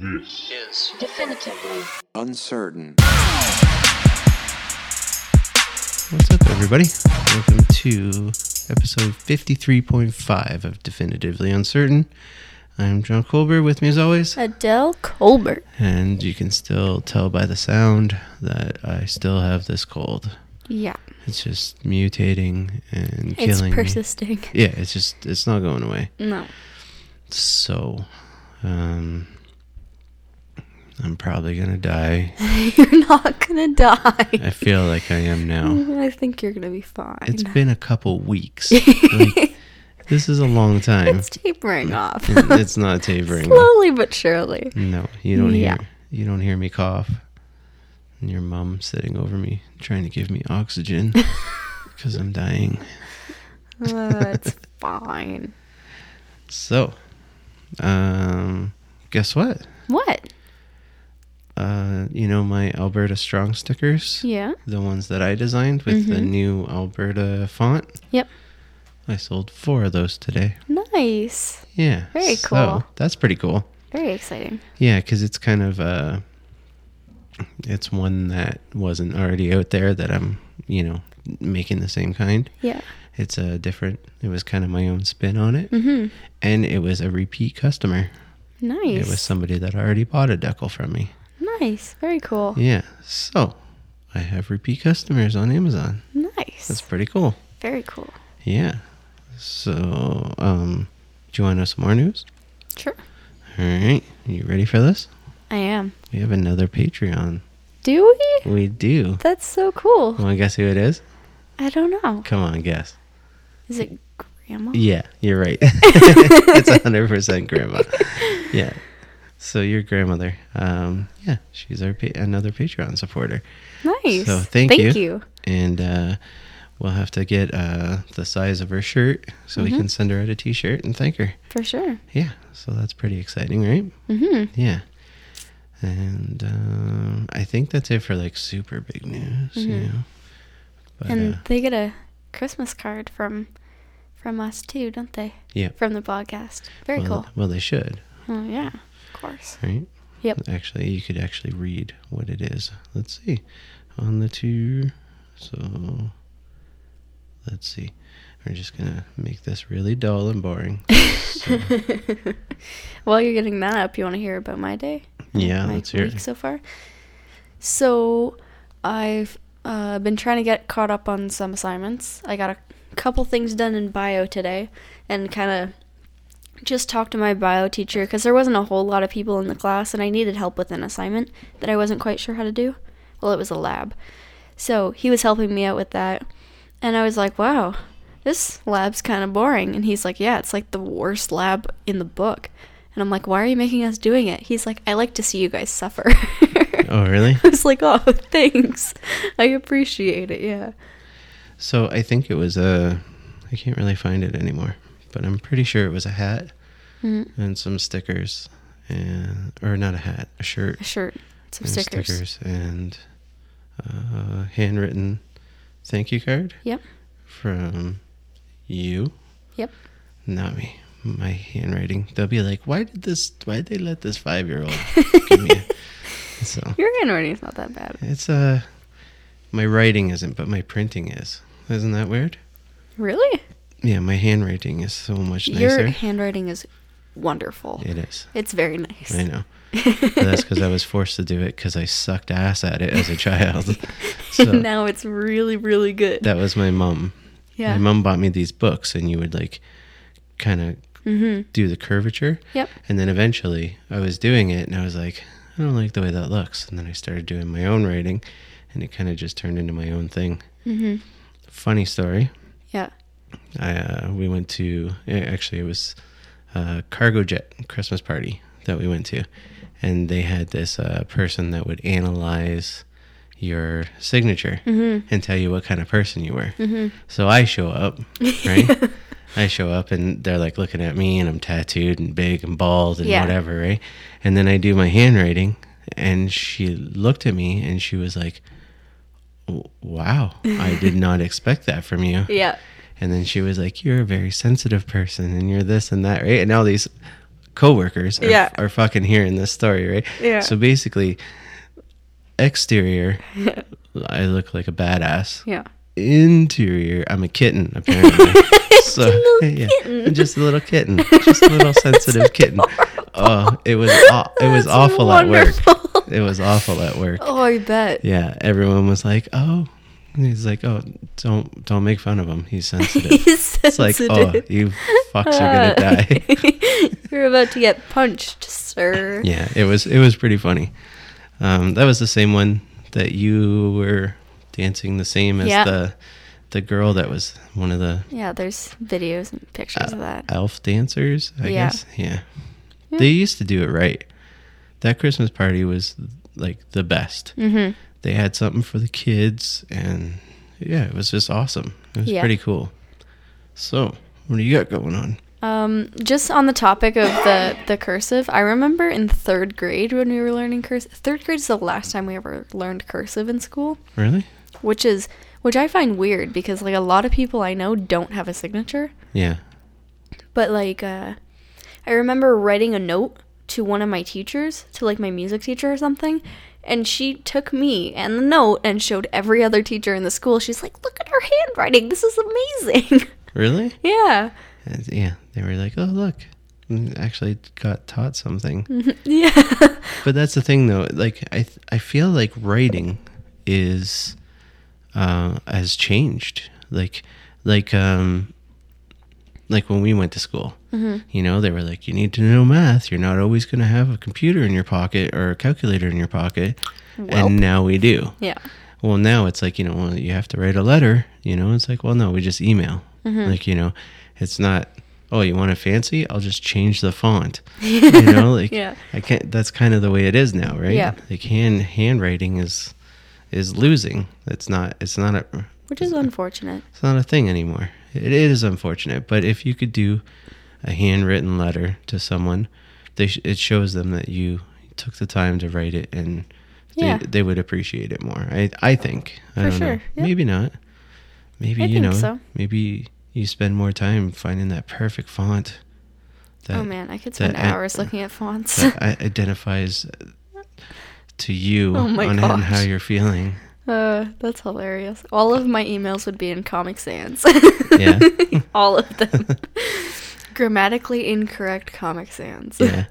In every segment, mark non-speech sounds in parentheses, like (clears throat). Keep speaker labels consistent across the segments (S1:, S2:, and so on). S1: This
S2: is
S3: Definitively.
S4: Uncertain.
S5: What's up, everybody? Welcome to episode 53.5 of Definitively Uncertain. I'm John Colbert, with me as always.
S6: Adele Colbert.
S5: And you can still tell by the sound that I still have this cold.
S6: Yeah.
S5: It's just mutating and
S6: It's
S5: killing
S6: persisting.
S5: me. Yeah, it's just, it's not going away.
S6: No.
S5: So, um, I'm probably going to die.
S6: (laughs) You're not going to die.
S5: I feel like I am now.
S6: (laughs) I think you're going to be fine. (laughs)
S5: It's been a couple weeks. Like, this is a long time.
S6: It's tapering off.
S5: And it's not tapering.
S6: (laughs) Slowly but surely.
S5: No, you don't
S6: Yeah.
S5: hear. You don't hear me cough. And your mom sitting over me trying to give me oxygen because I'm dying.
S6: Uh,
S5: (laughs)
S6: it's fine.
S5: So, um, guess what?
S6: What?
S5: Uh, you know my Alberta Strong stickers,
S6: Yeah.
S5: the ones that I designed with the
S6: Mm-hmm.
S5: new Alberta font.
S6: Yep.
S5: I sold four of those today.
S6: Nice.
S5: Yeah.
S6: Very
S5: so
S6: cool.
S5: That's pretty cool.
S6: Very exciting.
S5: Yeah, because it's kind of uh, it's one that wasn't already out there that I'm, you know, making the same kind.
S6: Yeah.
S5: It's a different. It was kind of my own spin on it, mm-hmm. and it was a repeat customer.
S6: Nice.
S5: It was somebody that already bought a deckle from me.
S6: nice. Very cool.
S5: Yeah, so I have repeat customers on Amazon.
S6: Nice.
S5: That's pretty cool.
S6: Very cool.
S5: Yeah. So, um, do you want to know some more news?
S6: Sure.
S5: All right, you ready for this?
S6: I am.
S5: We have another Patreon.
S6: Do we?
S5: We do.
S6: That's so cool.
S5: Want to guess who it is?
S6: I don't know.
S5: Come on, guess.
S6: Is it grandma?
S5: Yeah, you're right. (laughs) it's hundred percent grandma. Yeah. So your grandmother, um, yeah, she's our pa- another Patreon supporter,
S6: Nice.
S5: So, thank
S6: thank
S5: you.
S6: you.
S5: and uh, we'll have to get uh, the size of her shirt so
S6: Mm-hmm.
S5: we can send her out a T-shirt and thank her.
S6: For sure.
S5: Yeah, so that's pretty exciting, right? Mm-hmm. Yeah. And um, I think that's it for like super big news, you know. But
S6: Mm-hmm. and
S5: uh,
S6: they get a Christmas card from from us too, don't they?
S5: yeah,
S6: From the podcast. Very
S5: well,
S6: cool.
S5: well, they should,
S6: Oh yeah, of course.
S5: right?
S6: Yep.
S5: Actually, you could actually read what it is. Let's see. On the two. So, let's see. We're just going to make this really dull and
S6: (laughs)
S5: boring.
S6: While you're getting that up, you want to hear about my day?
S5: yeah,
S6: my
S5: let's hear
S6: week
S5: it.
S6: so far. So I've uh, been trying to get caught up on some assignments. I got a couple things done in bio today, and kind of just talked to my bio teacher because there wasn't a whole lot of people in the class, and I needed help with an assignment that I wasn't quite sure how to do. Well, it was a lab, so he was helping me out with that, and I was like, wow. This lab's kind of boring. And he's like, Yeah, it's like the worst lab in the book. And I'm like, why are you making us doing it? He's like, I like to see you guys suffer. (laughs) I
S5: Oh, really?
S6: was like, oh, thanks. I appreciate it. Yeah.
S5: So, I think it was a. I can't really find it anymore, but I'm pretty sure it was a hat
S6: Hmm.
S5: and some stickers. And, or not a hat, a shirt.
S6: A shirt, some
S5: and
S6: stickers.
S5: and uh, handwritten thank you card.
S6: Yep.
S5: from you,
S6: Yep.
S5: not me. My handwriting. They'll be like, "Why did this? Why did they let this five-year-old?"
S6: (laughs)
S5: give me a-" So
S6: Your handwriting's not that bad.
S5: it's uh, my writing isn't, but my printing is. Isn't that weird?
S6: Really?
S5: Yeah, my handwriting is so much
S6: Your
S5: nicer.
S6: handwriting is wonderful.
S5: it is.
S6: It's very nice. (laughs)
S5: I know. But that's because I was forced to do it because I sucked ass at it as a
S6: (laughs)
S5: child. So
S6: now it's really, really good.
S5: that was my mom.
S6: yeah.
S5: My mom bought me these books, and you would like kind of
S6: Mm-hmm.
S5: do the curvature.
S6: Yep.
S5: And then eventually I was doing it and I was like, I don't like the way that looks. And then I started doing my own writing and it kind of just turned into my own thing. Mm-hmm. Funny story.
S6: yeah.
S5: I, uh, we went to, eh, actually, it was a cargo jet Christmas party that we went to. And they had this uh, person that would analyze your signature
S6: Mm-hmm.
S5: and tell you what kind of person you were. So I show up, right? (laughs) I show up and they're like looking at me and I'm tattooed and big and bald and
S6: Yeah.
S5: whatever, right? And then I do my handwriting and she looked at me and she was like, "W- Wow, I did not expect that from you.
S6: (laughs) Yeah.
S5: And then she was like, You're a very sensitive person and you're this and that, right? And all these coworkers are,
S6: Yeah.
S5: are fucking hearing this story, right?
S6: Yeah.
S5: So basically,
S6: (laughs)
S5: exterior, I look like a badass.
S6: yeah. (laughs)
S5: Interior, I'm a kitten apparently. so yeah, I'm just a little
S6: (laughs)
S5: kitten, just a little sensitive kitten. (laughs) Oh, it was aw- it was
S6: That's
S5: awful at
S6: wonderful.
S5: work. It was awful at work.
S6: Oh, I bet.
S5: Yeah, everyone was like, "Oh," and he's like, "Oh, don't don't make fun of him. He's sensitive."
S6: He's
S5: (laughs) it's like,
S6: sensitive.
S5: "Oh, you fucks are gonna die."
S6: Uh, (laughs)
S5: (laughs)
S6: You're about to get punched, sir.
S5: yeah, it was it was pretty funny. Um, that was the same one that you were dancing the same as
S6: Yeah.
S5: the the girl that was one of the uh,
S6: Yeah, there's videos and pictures of that.
S5: elf dancers, I
S6: Yeah.
S5: guess. Yeah. They used to do it right. That Christmas party was like the best.
S6: Mm-hmm.
S5: They had something for the kids and yeah, it was just awesome. It was
S6: Yeah.
S5: pretty cool. So, what do you got going on?
S6: Um, just on the topic of the the cursive, I remember in third grade when we were learning cursive. Third grade is the last time we ever learned cursive in school,
S5: Really?
S6: which is which I find weird because like a lot of people I know don't have a signature.
S5: Yeah.
S6: But like, uh, I remember writing a note to one of my teachers, to like my music teacher or something, and she took me and the note and showed every other teacher in the school. She's like, "Look at her handwriting. This is amazing." (laughs)
S5: Really?
S6: yeah,
S5: Uh, Yeah. They were like, "Oh, look. I Actually got taught something."
S6: yeah,
S5: (laughs) But that's the thing, though. Like, I th- I feel like writing is uh, has changed. Like, like um, like when we went to school, you know, they were like, you need to know math. You're not always going to have a computer in your pocket or a calculator in your pocket. And now we do.
S6: yeah,
S5: Well, now it's like you know, well, you have to write a letter. You know, it's like, well, no, we just email.
S6: Mm-hmm.
S5: Like you know, it's not. Oh, you want it fancy? I'll just change the
S6: (laughs)
S5: font. you know, like
S6: Yeah.
S5: I can't. That's kind of the way it is now, right?
S6: Yeah.
S5: Like hand handwriting is is losing. It's not. It's not a.
S6: which is unfortunate.
S5: It's not a thing anymore. It is unfortunate, but if you could do a handwritten letter to someone, they sh- it shows them that you took the time to write it, and they,
S6: Yeah.
S5: they would appreciate it more. I I think. I
S6: For
S5: don't know.
S6: sure, yeah.
S5: Maybe not. Maybe
S6: I
S5: you
S6: think
S5: know.
S6: so.
S5: Maybe you spend more time finding that perfect font. That,
S6: oh man, I could spend
S5: that-
S6: hours looking at fonts.
S5: that i- identifies to you
S6: (laughs) Oh my
S5: on on how
S6: gosh.
S5: you're feeling.
S6: (laughs) uh, that's hilarious. All of my emails would be in Comic Sans.
S5: Yeah.
S6: (laughs) all of them. (laughs) Grammatically incorrect Comic Sans.
S5: yeah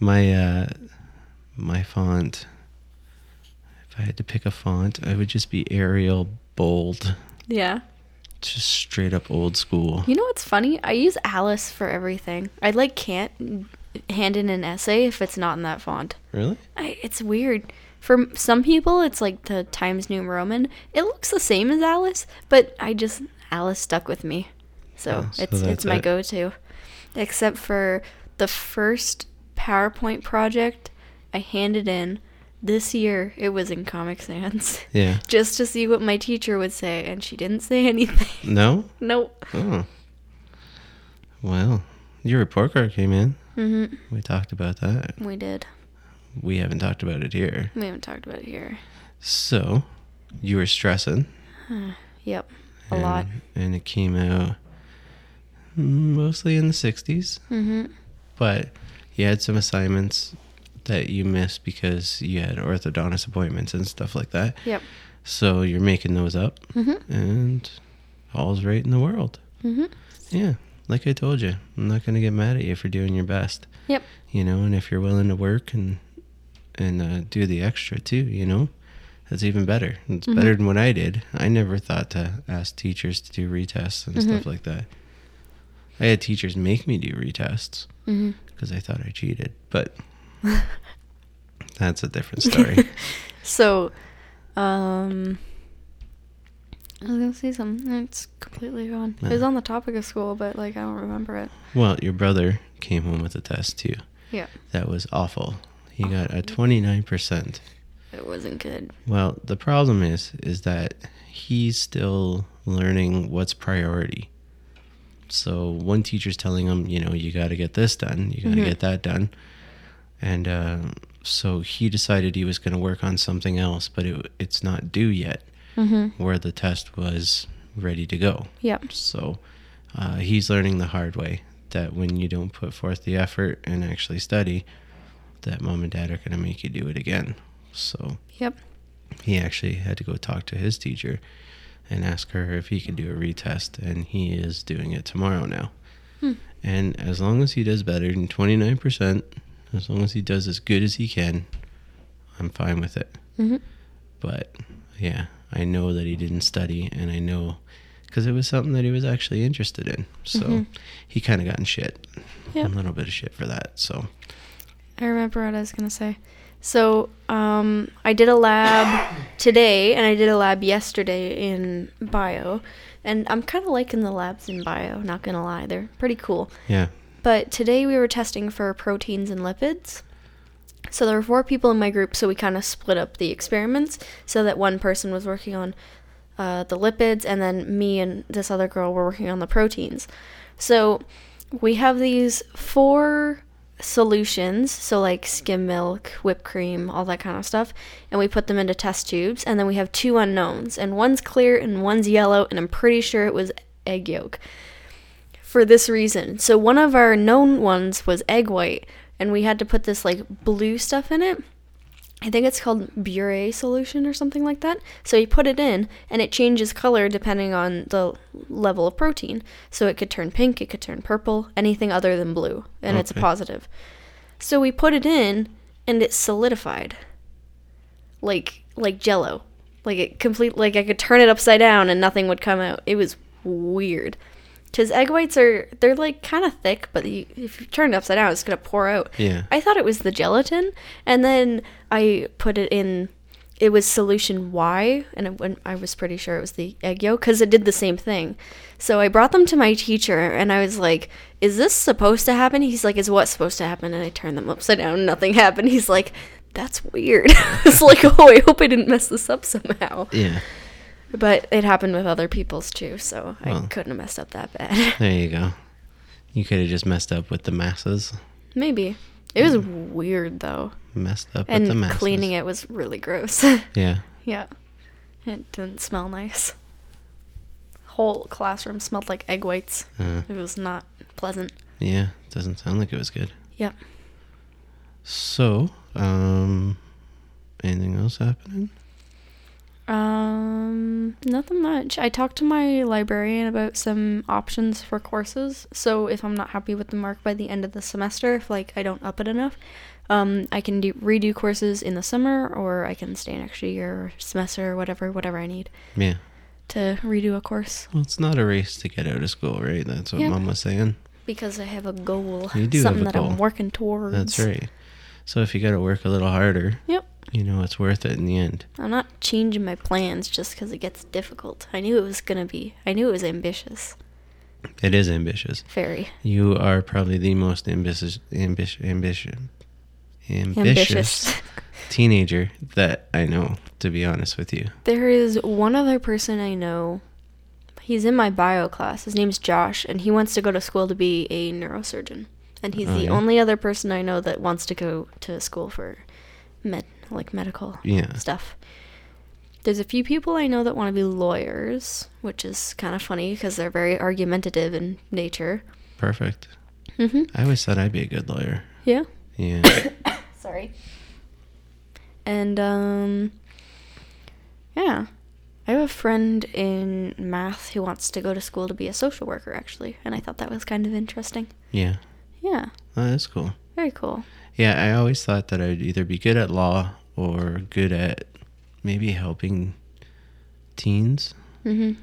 S5: my uh my font if i had to pick a font i would just be arial bold
S6: (laughs) yeah.
S5: just straight up old school
S6: You know what's funny? I use Alice for everything. I like can't hand in an essay if it's not in that font.
S5: really
S6: I, it's weird. For m- some people, it's like the Times New Roman. It looks the same as Alice, but I just Alice stuck with me, so
S5: Oh, so
S6: it's
S5: that's
S6: it's my
S5: it.
S6: go-to. Except for the first PowerPoint project I handed in this year, it was in Comic Sans, (laughs)
S5: yeah
S6: just to see what my teacher would say, and she didn't say (laughs) anything.
S5: no
S6: nope.
S5: oh well your report card came in
S6: hmm
S5: we talked about that
S6: We did.
S5: we haven't talked about it here
S6: We haven't talked about it here.
S5: so you were stressing
S6: Yep. A lot.
S5: and it came out mostly in the 60s
S6: hmm
S5: but you had some assignments that you missed because you had orthodontist appointments and stuff like that.
S6: Yep.
S5: So you're making those up,
S6: Mhm.
S5: and all's right in the world.
S6: hmm
S5: Yeah, like I told you, I'm not gonna get mad at you for doing your best.
S6: Yep.
S5: You know, and if you're willing to work and and uh, do the extra too, you know, that's even better. It's better than what I did. I never thought to ask teachers to do retests and stuff like that. I had teachers make me do retests
S6: hmm
S5: because I thought I cheated, but that's a different story.
S6: So, um, I was gonna say something. It's completely gone. It was
S5: Yeah.
S6: on the topic of school, but like I don't remember it.
S5: well, your brother came home with a test too.
S6: Yeah,
S5: That was awful. He got a 29%.
S6: it wasn't good.
S5: Well, the problem is is that he's still learning what's priority. So one teacher's telling him, you know, you got to get this done, you got to
S6: Mhm.
S5: get that done, and uh, so he decided he was going to work on something else, but it, it's not due yet,
S6: Mm-hmm.
S5: where the test was ready to go.
S6: Yep.
S5: So uh, he's learning the hard way that when you don't put forth the effort and actually study, that mom and dad are going to make you do it again. So
S6: Yep.
S5: he actually had to go talk to his teacher and ask her if he could do a retest, and he is doing it tomorrow now.
S6: Hmm.
S5: And as long as he does better than 29%, as long as he does as good as he can, I'm fine with it.
S6: Mm-hmm.
S5: But yeah, I know that he didn't study, and I know because it was something that he was actually interested in. So
S6: Mhm.
S5: he kind of got in shit,
S6: Yep.
S5: a little bit of shit for that. So
S6: I remember what I was gonna say. So um, I did a lab today, and I did a lab yesterday in bio, and I'm kind of liking the labs in bio. Not gonna lie, they're pretty cool.
S5: yeah,
S6: But today we were testing for proteins and lipids. So there were four people in my group, so we kind of split up the experiments so that one person was working on uh, the lipids, and then me and this other girl were working on the proteins. So we have these four solutions, so like skim milk, whipped cream, all that kind of stuff, and we put them into test tubes, and then we have two unknowns, and one's clear and one's yellow, and I'm pretty sure it was egg yolk for this reason. So one of our known ones was egg white, and we had to put this like blue stuff in it. I think it's called Bure solution or something like that. So you put it in, and it changes color depending on the level of protein. So it could turn pink, it could turn purple, anything other than blue, and it's a
S5: Okay.
S6: positive. So we put it in, and it solidified, like like Jello, like it complete. Like I could turn it upside down, and nothing would come out. It was weird. Because egg whites are, they're like kind of thick, but you, if you turn it upside down, it's going to pour out.
S5: yeah,
S6: I thought it was the gelatin, and then I put it in, it was solution Y, and it, went- I was pretty sure it was the egg yolk because it did the same thing. So I brought them to my teacher, and I was like, Is this supposed to happen? He's like, Is what supposed to happen? And I turned them upside down, and nothing (laughs) happened. He's like, That's weird. (laughs) it's like, Oh, I hope I didn't mess this up somehow.
S5: yeah.
S6: But it happened with other people's too, so
S5: Well.
S6: I couldn't have messed up that bad. (laughs)
S5: There you go. You could have just messed up with the masses.
S6: Maybe. It was weird though.
S5: Messed up with the
S6: And
S5: masses.
S6: cleaning it was really gross. (laughs)
S5: Yeah.
S6: yeah. It didn't smell nice. Whole classroom smelled like egg whites.
S5: Uh,
S6: It was not pleasant.
S5: yeah. Doesn't sound like it was good.
S6: Yep.
S5: So, um, anything else happening?
S6: Um, nothing much. I talked to my librarian about some options for courses. So if I'm not happy with the mark by the end of the semester, if like I don't up it enough, um, I can do redo courses in the summer, or I can stay an extra year or semester or whatever, whatever I need
S5: Yeah.
S6: to redo a course
S5: Well, it's not a race to get out of school, right? That's what
S6: Yeah.
S5: mom was saying.
S6: because I have a goal.
S5: You do have
S6: something
S5: a
S6: that
S5: goal.
S6: I'm working towards.
S5: That's right. So if you got to work a little harder,
S6: Yep.
S5: you know it's worth it in the end.
S6: I'm not changing my plans just because it gets difficult. I knew it was gonna be. I knew it was ambitious.
S5: It is ambitious.
S6: Very.
S5: You are probably the most ambitious, ambition, ambition, ambitious,
S6: Ambitious.
S5: teenager that I know. To be honest with you,
S6: (laughs) There is one other person I know. He's in my bio class. His name's Josh, and he wants to go to school to be a neurosurgeon. And he's
S5: Oh,
S6: the
S5: yeah?
S6: only other person I know that wants to go to school for med, like medical
S5: Yeah.
S6: stuff. There's a few people I know that want to be lawyers, which is kind of funny because they're very argumentative in nature.
S5: perfect.
S6: Mm-hmm.
S5: I always thought I'd be a good lawyer.
S6: Yeah.
S5: Yeah,
S6: Sorry. And um yeah. I have a friend in math who wants to go to school to be a social worker actually, and I thought that was kind of interesting.
S5: yeah,
S6: Yeah.
S5: oh, that's cool.
S6: Very cool.
S5: Yeah, I always thought that I'd either be good at law or good at maybe helping teens.
S6: Mhm.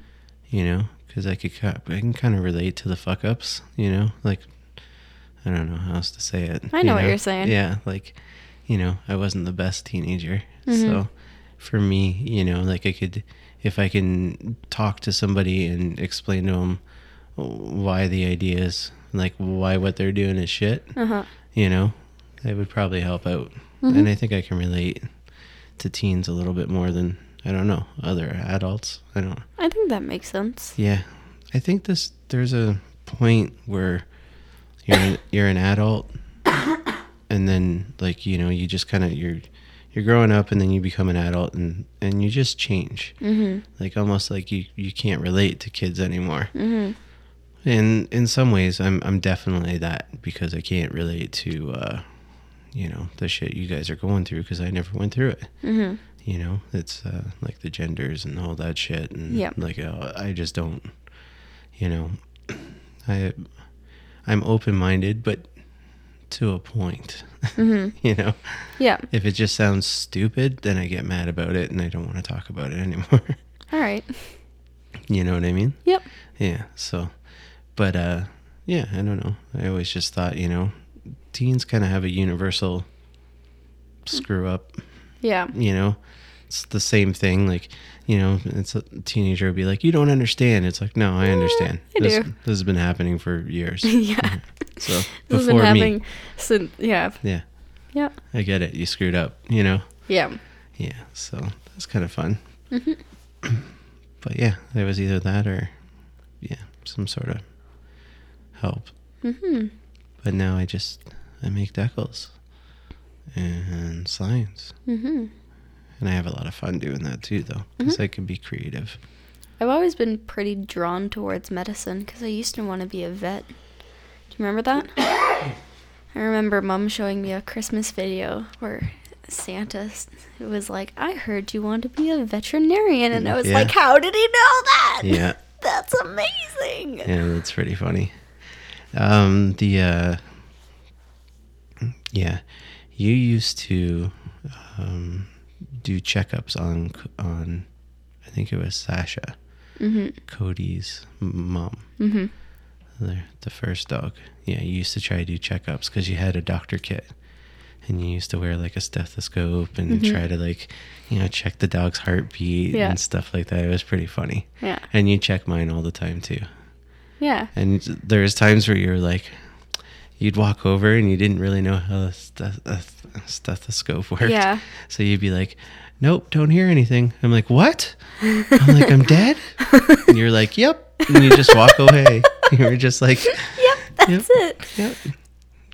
S5: you know, because I could ki- I can kind of relate to the fuck ups, you know, like I don't know how else to say it.
S6: I
S5: you
S6: know what you're saying.
S5: Yeah, like you know, I wasn't the best teenager,
S6: Mhm.
S5: so for me, you know, like I could if I can talk to somebody and explain to them why the ideas, like why what they're doing is shit,
S6: Uh-huh. Mm-hmm.
S5: you know, that would probably help out. And I think I can relate to teens a little bit more than I don't know other adults. I don't.
S6: I think that makes
S5: (laughs)
S6: sense.
S5: Yeah, I think this there's a point where you're an, you're an adult, and then like you know you just kind of you're you're growing up, and then you become an adult, and and you just change,
S6: Mhm.
S5: like almost like you you can't relate to kids anymore.
S6: Mhm.
S5: in in some ways i'm i'm definitely that because i can't relate to uh you know the shit you guys are going through because i never went through it
S6: Mm-hmm.
S5: you know it's uh like the genders and all that shit and
S6: Yep.
S5: like uh, i just don't you know i i'm open-minded but to a point
S6: Mm-hmm.
S5: (laughs) you know
S6: Yeah.
S5: if it just sounds stupid then i get mad about it and i don't want to talk about it anymore (laughs)
S6: All right.
S5: you know what i mean
S6: Yep.
S5: yeah so but uh yeah i don't know i always just thought you know teens kind of have a universal screw up
S6: Yeah. (laughs)
S5: you know it's the same thing like you know it's a teenager would be like you don't understand it's like no i understand
S6: Mm, I
S5: this,
S6: do.
S5: this has been happening for
S6: (laughs)
S5: years
S6: yeah.
S5: so
S6: This has
S5: Mm-hmm.
S6: been
S5: before me
S6: happening since. Yeah.
S5: yeah
S6: Yeah.
S5: i get it you screwed up you know
S6: Yeah.
S5: yeah so that's kind of fun
S6: Mm-hmm.
S5: (clears throat) but yeah it was either that or yeah some sort of help
S6: Mm-hmm.
S5: but now i just i make decals and science
S6: Mm-hmm.
S5: and i have a lot of fun doing that too though because i can be creative
S6: I've always been pretty drawn towards medicine because I used to want to be a vet. Do you remember
S5: (coughs)
S6: that? I remember mom showing me a Christmas video where Santa s- was like, I heard you want to be a veterinarian. And I was
S5: Yeah.
S6: like, How did he know that?
S5: yeah
S6: That's amazing.
S5: yeah, that's pretty funny. Um, the uh, yeah, you used to um, do checkups on on I think it was Sasha, Cody's mom, mm-hmm. the, the first dog. Yeah, you used to try to do checkups because you had a doctor kit. And you used to wear like a stethoscope and try to like, you know, check the dog's heartbeat
S6: Yeah.
S5: and stuff like that. It was pretty funny.
S6: Yeah.
S5: And you check mine all the time too.
S6: Yeah.
S5: And there's times where you're like, you'd walk over and you didn't really know how the steth- uh, stethoscope worked.
S6: Yeah.
S5: So you'd be like, nope, don't hear anything. I'm like, what? I'm like, I'm dead? and you're like, yep. (laughs) And you just
S6: (laughs)
S5: walk away. (laughs) you were just like,
S6: Yep, that's it.
S5: yep,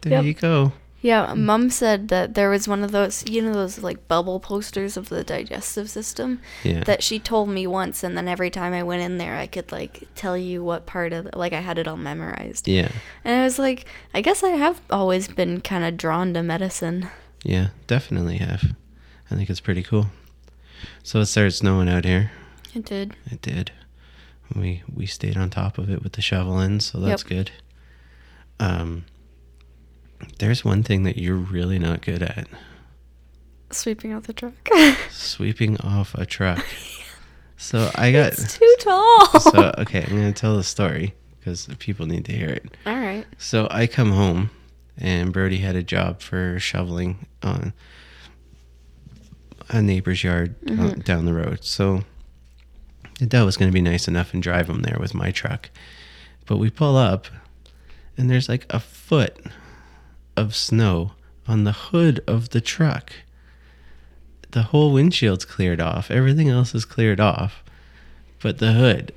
S5: there
S6: Yep.
S5: you go.
S6: Yeah, mom said that there was one of those, you know, those like bubble posters of the digestive system
S5: Yeah.
S6: that she told me once, and then every time I went in there, I could like tell you what part of, like, I had it all memorized.
S5: yeah.
S6: And I was like, I guess I have always been kind of drawn to medicine.
S5: Yeah. Definitely have. I think it's pretty cool. So it started snowing out here.
S6: I did.
S5: It did. We we stayed on top of it with the shovel in, so that's
S6: Yep.
S5: good. Um there's one thing that you're really not good at.
S6: Sweeping out the truck. (laughs)
S5: Sweeping off a truck. So I got
S6: it's too
S5: (laughs)
S6: tall. (laughs)
S5: so okay, I'm going to tell the story cuz people need to hear it.
S6: All right. (laughs)
S5: So I come home and Brody had a job for shoveling on a neighbor's yard down- down the road. So that was going to be nice enough and drive him there with my truck. But we pull up and there's like a foot of snow on the hood of the truck. The whole windshield's cleared off. Everything else is cleared off, but the hood.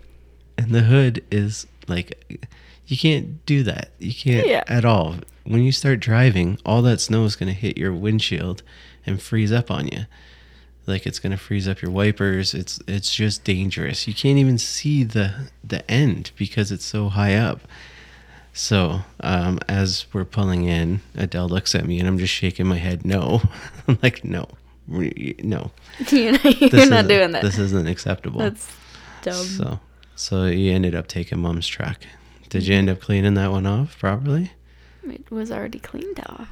S5: And the hood is like you can't do that. You can't
S6: Yeah.
S5: at all. When you start driving, all that snow is going to hit your windshield and freeze up on you. Like it's going to freeze up your wipers. It's it's just dangerous. You can't even see the the end because it's so high up. So, um, as we're pulling in, Adele looks at me and I'm just shaking my head. No, (laughs) I'm like, no, re- no,
S6: you're not,
S5: this
S6: (laughs) you're not
S5: isn't-
S6: doing that.
S5: This isn't acceptable.
S6: That's dumb.
S5: so, so you ended up taking mom's truck. Did you end up cleaning that one off properly?
S6: it was already cleaned off.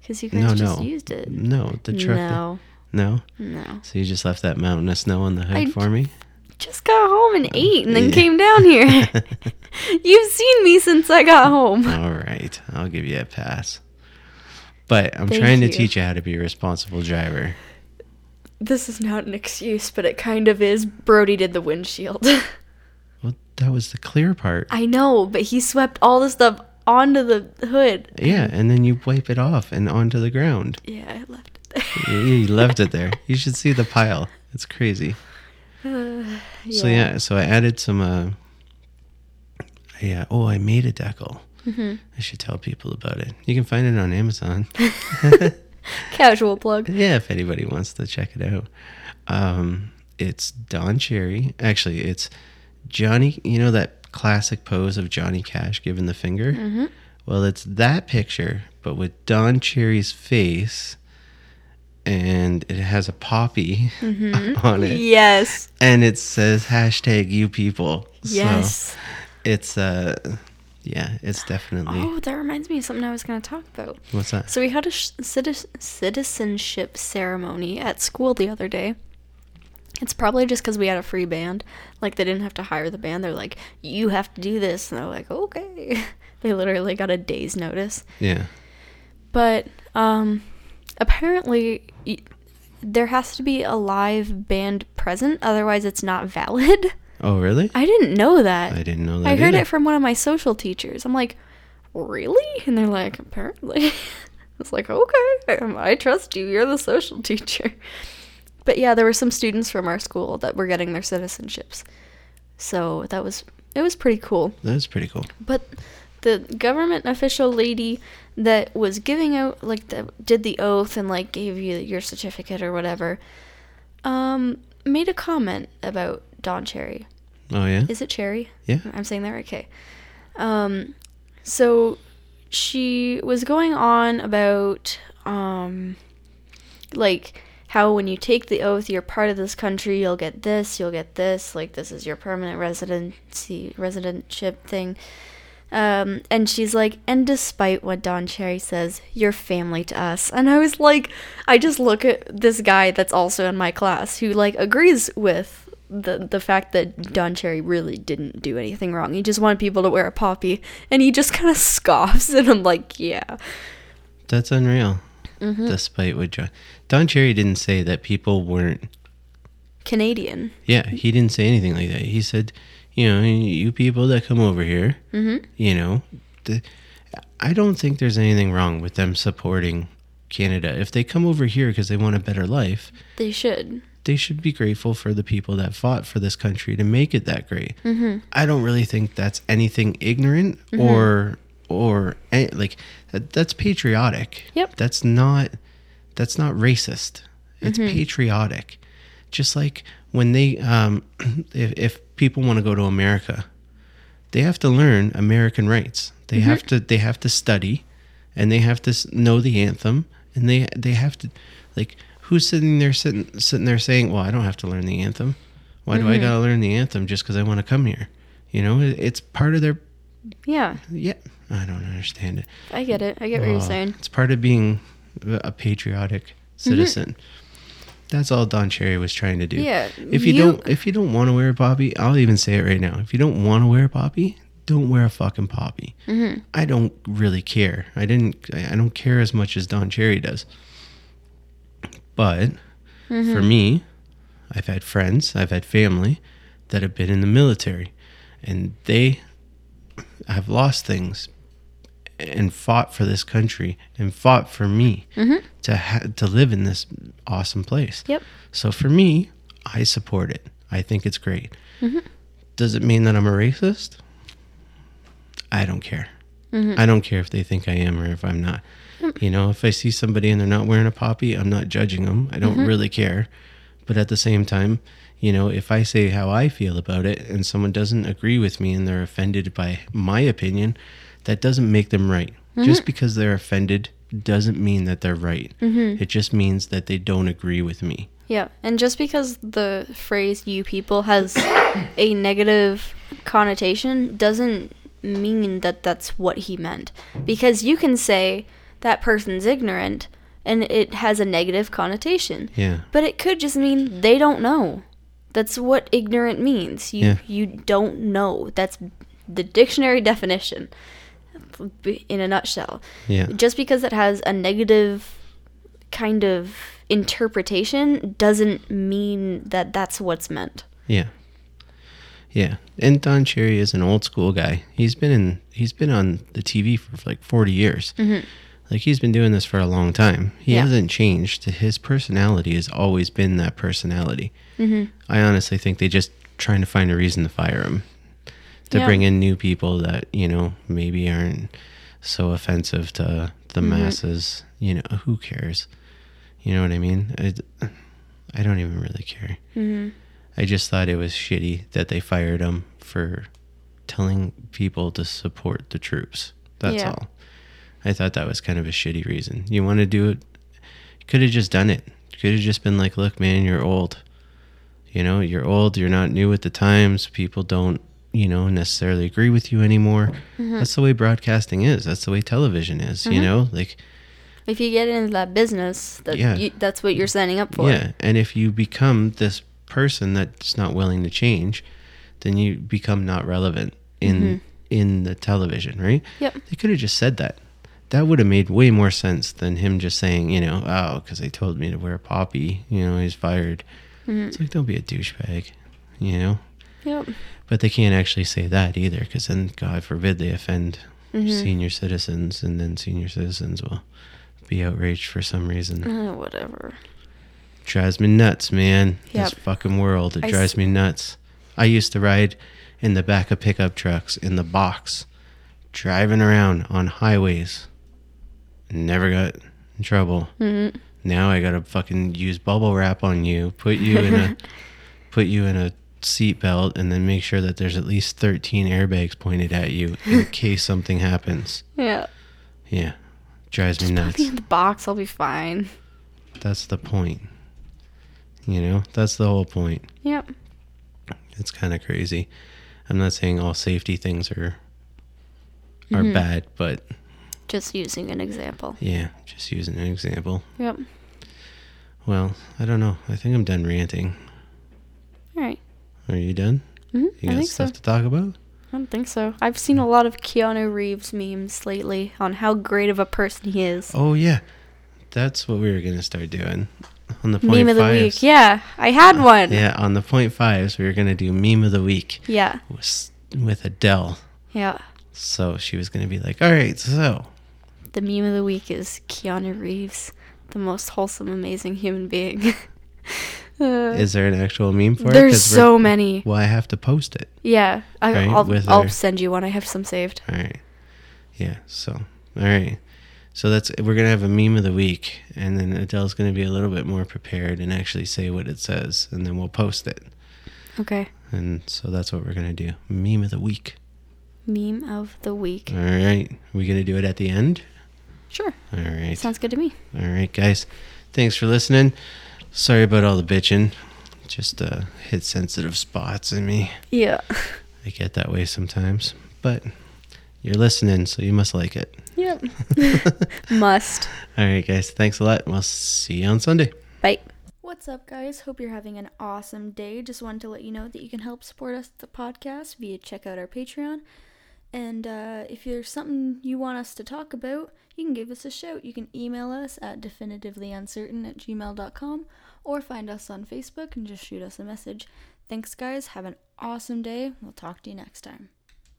S6: Because you guys
S5: No,
S6: just
S5: no,
S6: used it.
S5: no, the truck.
S6: No,
S5: no,
S6: no.
S5: so you just left that mountain of snow on the hood
S6: I-
S5: for me.
S6: Just got home and ate (laughs) and then
S5: Uh, yeah.
S6: came
S5: (laughs)
S6: down here. (laughs) You've seen me since I got home.
S5: All right, I'll give you a pass. But I'm
S6: Thank
S5: trying
S6: you.
S5: to teach you how to be a responsible driver.
S6: This is not an excuse, but it kind of is. Brody did the windshield. (laughs)
S5: Well, that was the clear part.
S6: I know, but he swept all the stuff onto the hood.
S5: Yeah, and then you wipe it off and onto the ground.
S6: Yeah, I left it there.
S5: Yeah, you left it there. You should see the pile. It's crazy. So yeah, so I added some. Uh, yeah. Oh, I made a decal. I should tell people about it. You can find it on Amazon.
S6: (laughs) Casual plug.
S5: yeah, if anybody wants to check it out. Um, it's Don Cherry. Actually, it's Johnny. You know that classic pose of Johnny Cash giving the finger.
S6: Mm-hmm.
S5: Well, it's that picture, but with Don Cherry's face, and it has a poppy (laughs)
S6: Mm-hmm.
S5: on it,
S6: Yes.
S5: and it says hashtag you people. So
S6: Yes.
S5: it's uh, yeah, it's definitely
S6: Oh, that reminds me of something I was going to talk about.
S5: what's that?
S6: So we had a sh- citi- citizenship ceremony at school the other day. It's probably just because we had a free band. Like they didn't have to hire the band. They're like, you have to do this, and they're like, okay. (laughs) They literally got a day's notice.
S5: yeah,
S6: But um, apparently, y- there has to be a live band present, otherwise it's not valid. (laughs)
S5: oh really?
S6: I didn't know that.
S5: I didn't know that
S6: I heard
S5: either.
S6: it from one of my social teachers. I'm like, really? And they're like, apparently. (laughs) It's like, okay, um, I trust you. You're the social (laughs) teacher. But yeah, there were some students from our school that were getting their citizenships. So that was it was pretty cool.
S5: That's pretty cool.
S6: But the government official lady that was giving out like the, did the oath and like gave you your certificate or whatever um made a comment about Don Cherry.
S5: Oh yeah,
S6: Is it Cherry?
S5: yeah.
S6: I'm saying that right. Okay. Um, so she was going on about um, like how when you take the oath, you're part of this country, you'll get this, you'll get this, like this is your permanent residency, residentship thing. Um, and she's like, and despite what Don Cherry says, you're family to us. And I was like, I just look at this guy that's also in my class who like agrees with the the fact that Don Cherry really didn't do anything wrong. He just wanted people to wear a poppy, and he just (laughs) kind of scoffs. And I'm like, yeah,
S5: That's unreal. Despite what John Don Cherry didn't say that people weren't.
S6: Canadian.
S5: Yeah, he didn't say anything like that. He said, you know, you people that come over here, you know, the, I don't think there's anything wrong with them supporting Canada. If they come over here because they want a better life,
S6: They should.
S5: they should be grateful for the people that fought for this country to make it that great. I don't really think that's anything ignorant or or eh, like that, that's patriotic.
S6: Yep.
S5: That's not that's not racist. It's patriotic. Just like when they um (clears throat) if, if people want to go to America, they have to learn American rights. They have to they have to study, and they have to s- know the anthem, and they they have to like who's sitting there sitting sitting there saying, "Well, I don't have to learn the anthem. Why do I gotta learn the anthem just because I want to come here?" You know, it, it's part of their
S6: Yeah,
S5: yeah. I don't understand it.
S6: I get it. I get what you're
S5: Uh,
S6: saying.
S5: It's part of being a patriotic citizen. That's all Don Cherry was trying to do.
S6: Yeah,
S5: If you,
S6: you-
S5: don't, if you don't want to wear a poppy, I'll even say it right now. If you don't want to wear a poppy, don't wear a fucking poppy. I don't really care. I didn't. I I don't care as much as Don Cherry does. But for me, I've had friends, I've had family that have been in the military, and they have lost things and fought for this country and fought for me to ha- to live in this awesome place.
S6: Yep.
S5: So for me, I support it. I think it's great. Does it mean that I'm a racist? I don't care. I don't care if they think I am or if I'm not. You know, if I see somebody and they're not wearing a poppy, I'm not judging them. I don't really care. But at the same time, you know, if I say how I feel about it and someone doesn't agree with me and they're offended by my opinion, that doesn't make them right. Just because they're offended doesn't mean that they're right. It just means that they don't agree with me.
S6: Yeah, and just because the phrase "you people" has a negative connotation doesn't mean that that's what he meant. Because you can say that person's ignorant and it has a negative connotation.
S5: Yeah.
S6: But it could just mean they don't know. That's what ignorant means. You
S5: Yeah.
S6: you don't know. That's the dictionary definition in a nutshell
S5: Yeah.
S6: just because it has a negative kind of interpretation doesn't mean that that's what's meant.
S5: Yeah. Yeah. And Don Cherry is an old school guy. He's been in he's been on the TV for like 40 years. Like he's been doing this for a long time. He
S6: Mm-hmm. Yeah.
S5: hasn't changed. His personality has always been that personality.
S6: Mm-hmm.
S5: I honestly think they just trying to find a reason to fire him. To
S6: Yeah.
S5: bring in new people that, you know, maybe aren't so offensive to the
S6: Mm-hmm.
S5: masses, you know, who cares? You know what I mean? I, I don't even really care. I just thought it was shitty that they fired him for telling people to support the troops. That's
S6: Yeah.
S5: all. I thought that was kind of a shitty reason. You want to do it? Could have just done it. Could have just been like, look, man, you're old. You know, you're old. You're not new with the times. People don't, you know, necessarily agree with you anymore. That's the way broadcasting is. That's the way television is. You know, like
S6: If you get into that business, that
S5: Yeah.
S6: you, that's what you're signing up for.
S5: Yeah, and if you become this person that's not willing to change, then you become not relevant in in the television, right?
S6: Yep.
S5: They could have just said that. That would have made way more sense than him just saying, you know, oh, because they told me to wear a poppy, you know, he's fired. It's like, don't be a douchebag, you know?
S6: Yep.
S5: But they can't actually say that either, because then, God forbid, they offend senior citizens, and then senior citizens will be outraged for some reason
S6: Uh, whatever.
S5: drives me nuts, man. This
S6: Yep.
S5: fucking world, it
S6: I
S5: drives
S6: s-
S5: me nuts. I used to ride in the back of pickup trucks in the box, driving around on highways. Never got in trouble.
S6: Mm-hmm.
S5: Now I gotta fucking use bubble wrap on you, put you in
S6: (laughs)
S5: a put you in a seatbelt, and then make sure that there's at least thirteen airbags pointed at you
S6: (laughs)
S5: in case something happens.
S6: Yeah.
S5: Yeah, drives me
S6: I'll
S5: nuts.
S6: be in (laughs) the box. I'll be fine.
S5: That's the point. You know, that's the whole point.
S6: Yep.
S5: It's kind of crazy. I'm not saying all safety things are are
S6: Mm-hmm.
S5: bad, but
S6: Just using an example.
S5: yeah, just using an example.
S6: Yep.
S5: Well, I don't know. I think I'm done ranting.
S6: All right.
S5: Are you done?
S6: Mhm,
S5: You
S6: I
S5: got
S6: think
S5: stuff
S6: so.
S5: to talk about?
S6: I don't think so. I've seen a lot of Keanu Reeves memes lately on how great of a person he is.
S5: Oh yeah, that's what we were gonna start doing on the point
S6: Meme of the
S5: fives.
S6: week. Yeah, I had one.
S5: Yeah, on the point fives, we were gonna do meme of the week
S6: Yeah.
S5: with, with Adele.
S6: Yeah.
S5: So she was gonna be like, "All right, so
S6: The meme of the week is Keanu Reeves, the most wholesome, amazing human being. (laughs) uh,
S5: is there an actual meme for it?"
S6: there's
S5: 'Cause we're-
S6: so many.
S5: Well, I have to post it.
S6: Yeah, I,
S5: Right, with
S6: I'll, I'll
S5: her.
S6: send you one. I have some saved.
S5: All right. Yeah. So, all right. So that's we're gonna have a meme of the week, and then Adele's gonna be a little bit more prepared and actually say what it says, and then we'll post it.
S6: Okay.
S5: And so that's what we're gonna do. Meme of the week.
S6: Meme of the week.
S5: All right. We gonna do it at the end.
S6: Sure.
S5: All right.
S6: Sounds good to me.
S5: all right, guys. Thanks for listening. Sorry about all the bitching. Just uh, hit sensitive spots in me.
S6: Yeah.
S5: I get that way sometimes, but you're listening, so you must like it.
S6: (laughs) yep.
S5: (laughs)
S6: Must.
S5: All right, guys. Thanks a lot. We'll see you on Sunday.
S6: Bye.
S1: What's up, guys? Hope you're having an awesome day. Just wanted to let you know that you can help support us at the podcast via check out our Patreon. And uh, if there's something you want us to talk about, you can give us a shout. You can email us at definitivelyuncertain at gmail.com or find us on Facebook and just shoot us a message. Thanks, guys. Have an awesome day. We'll talk to you next time.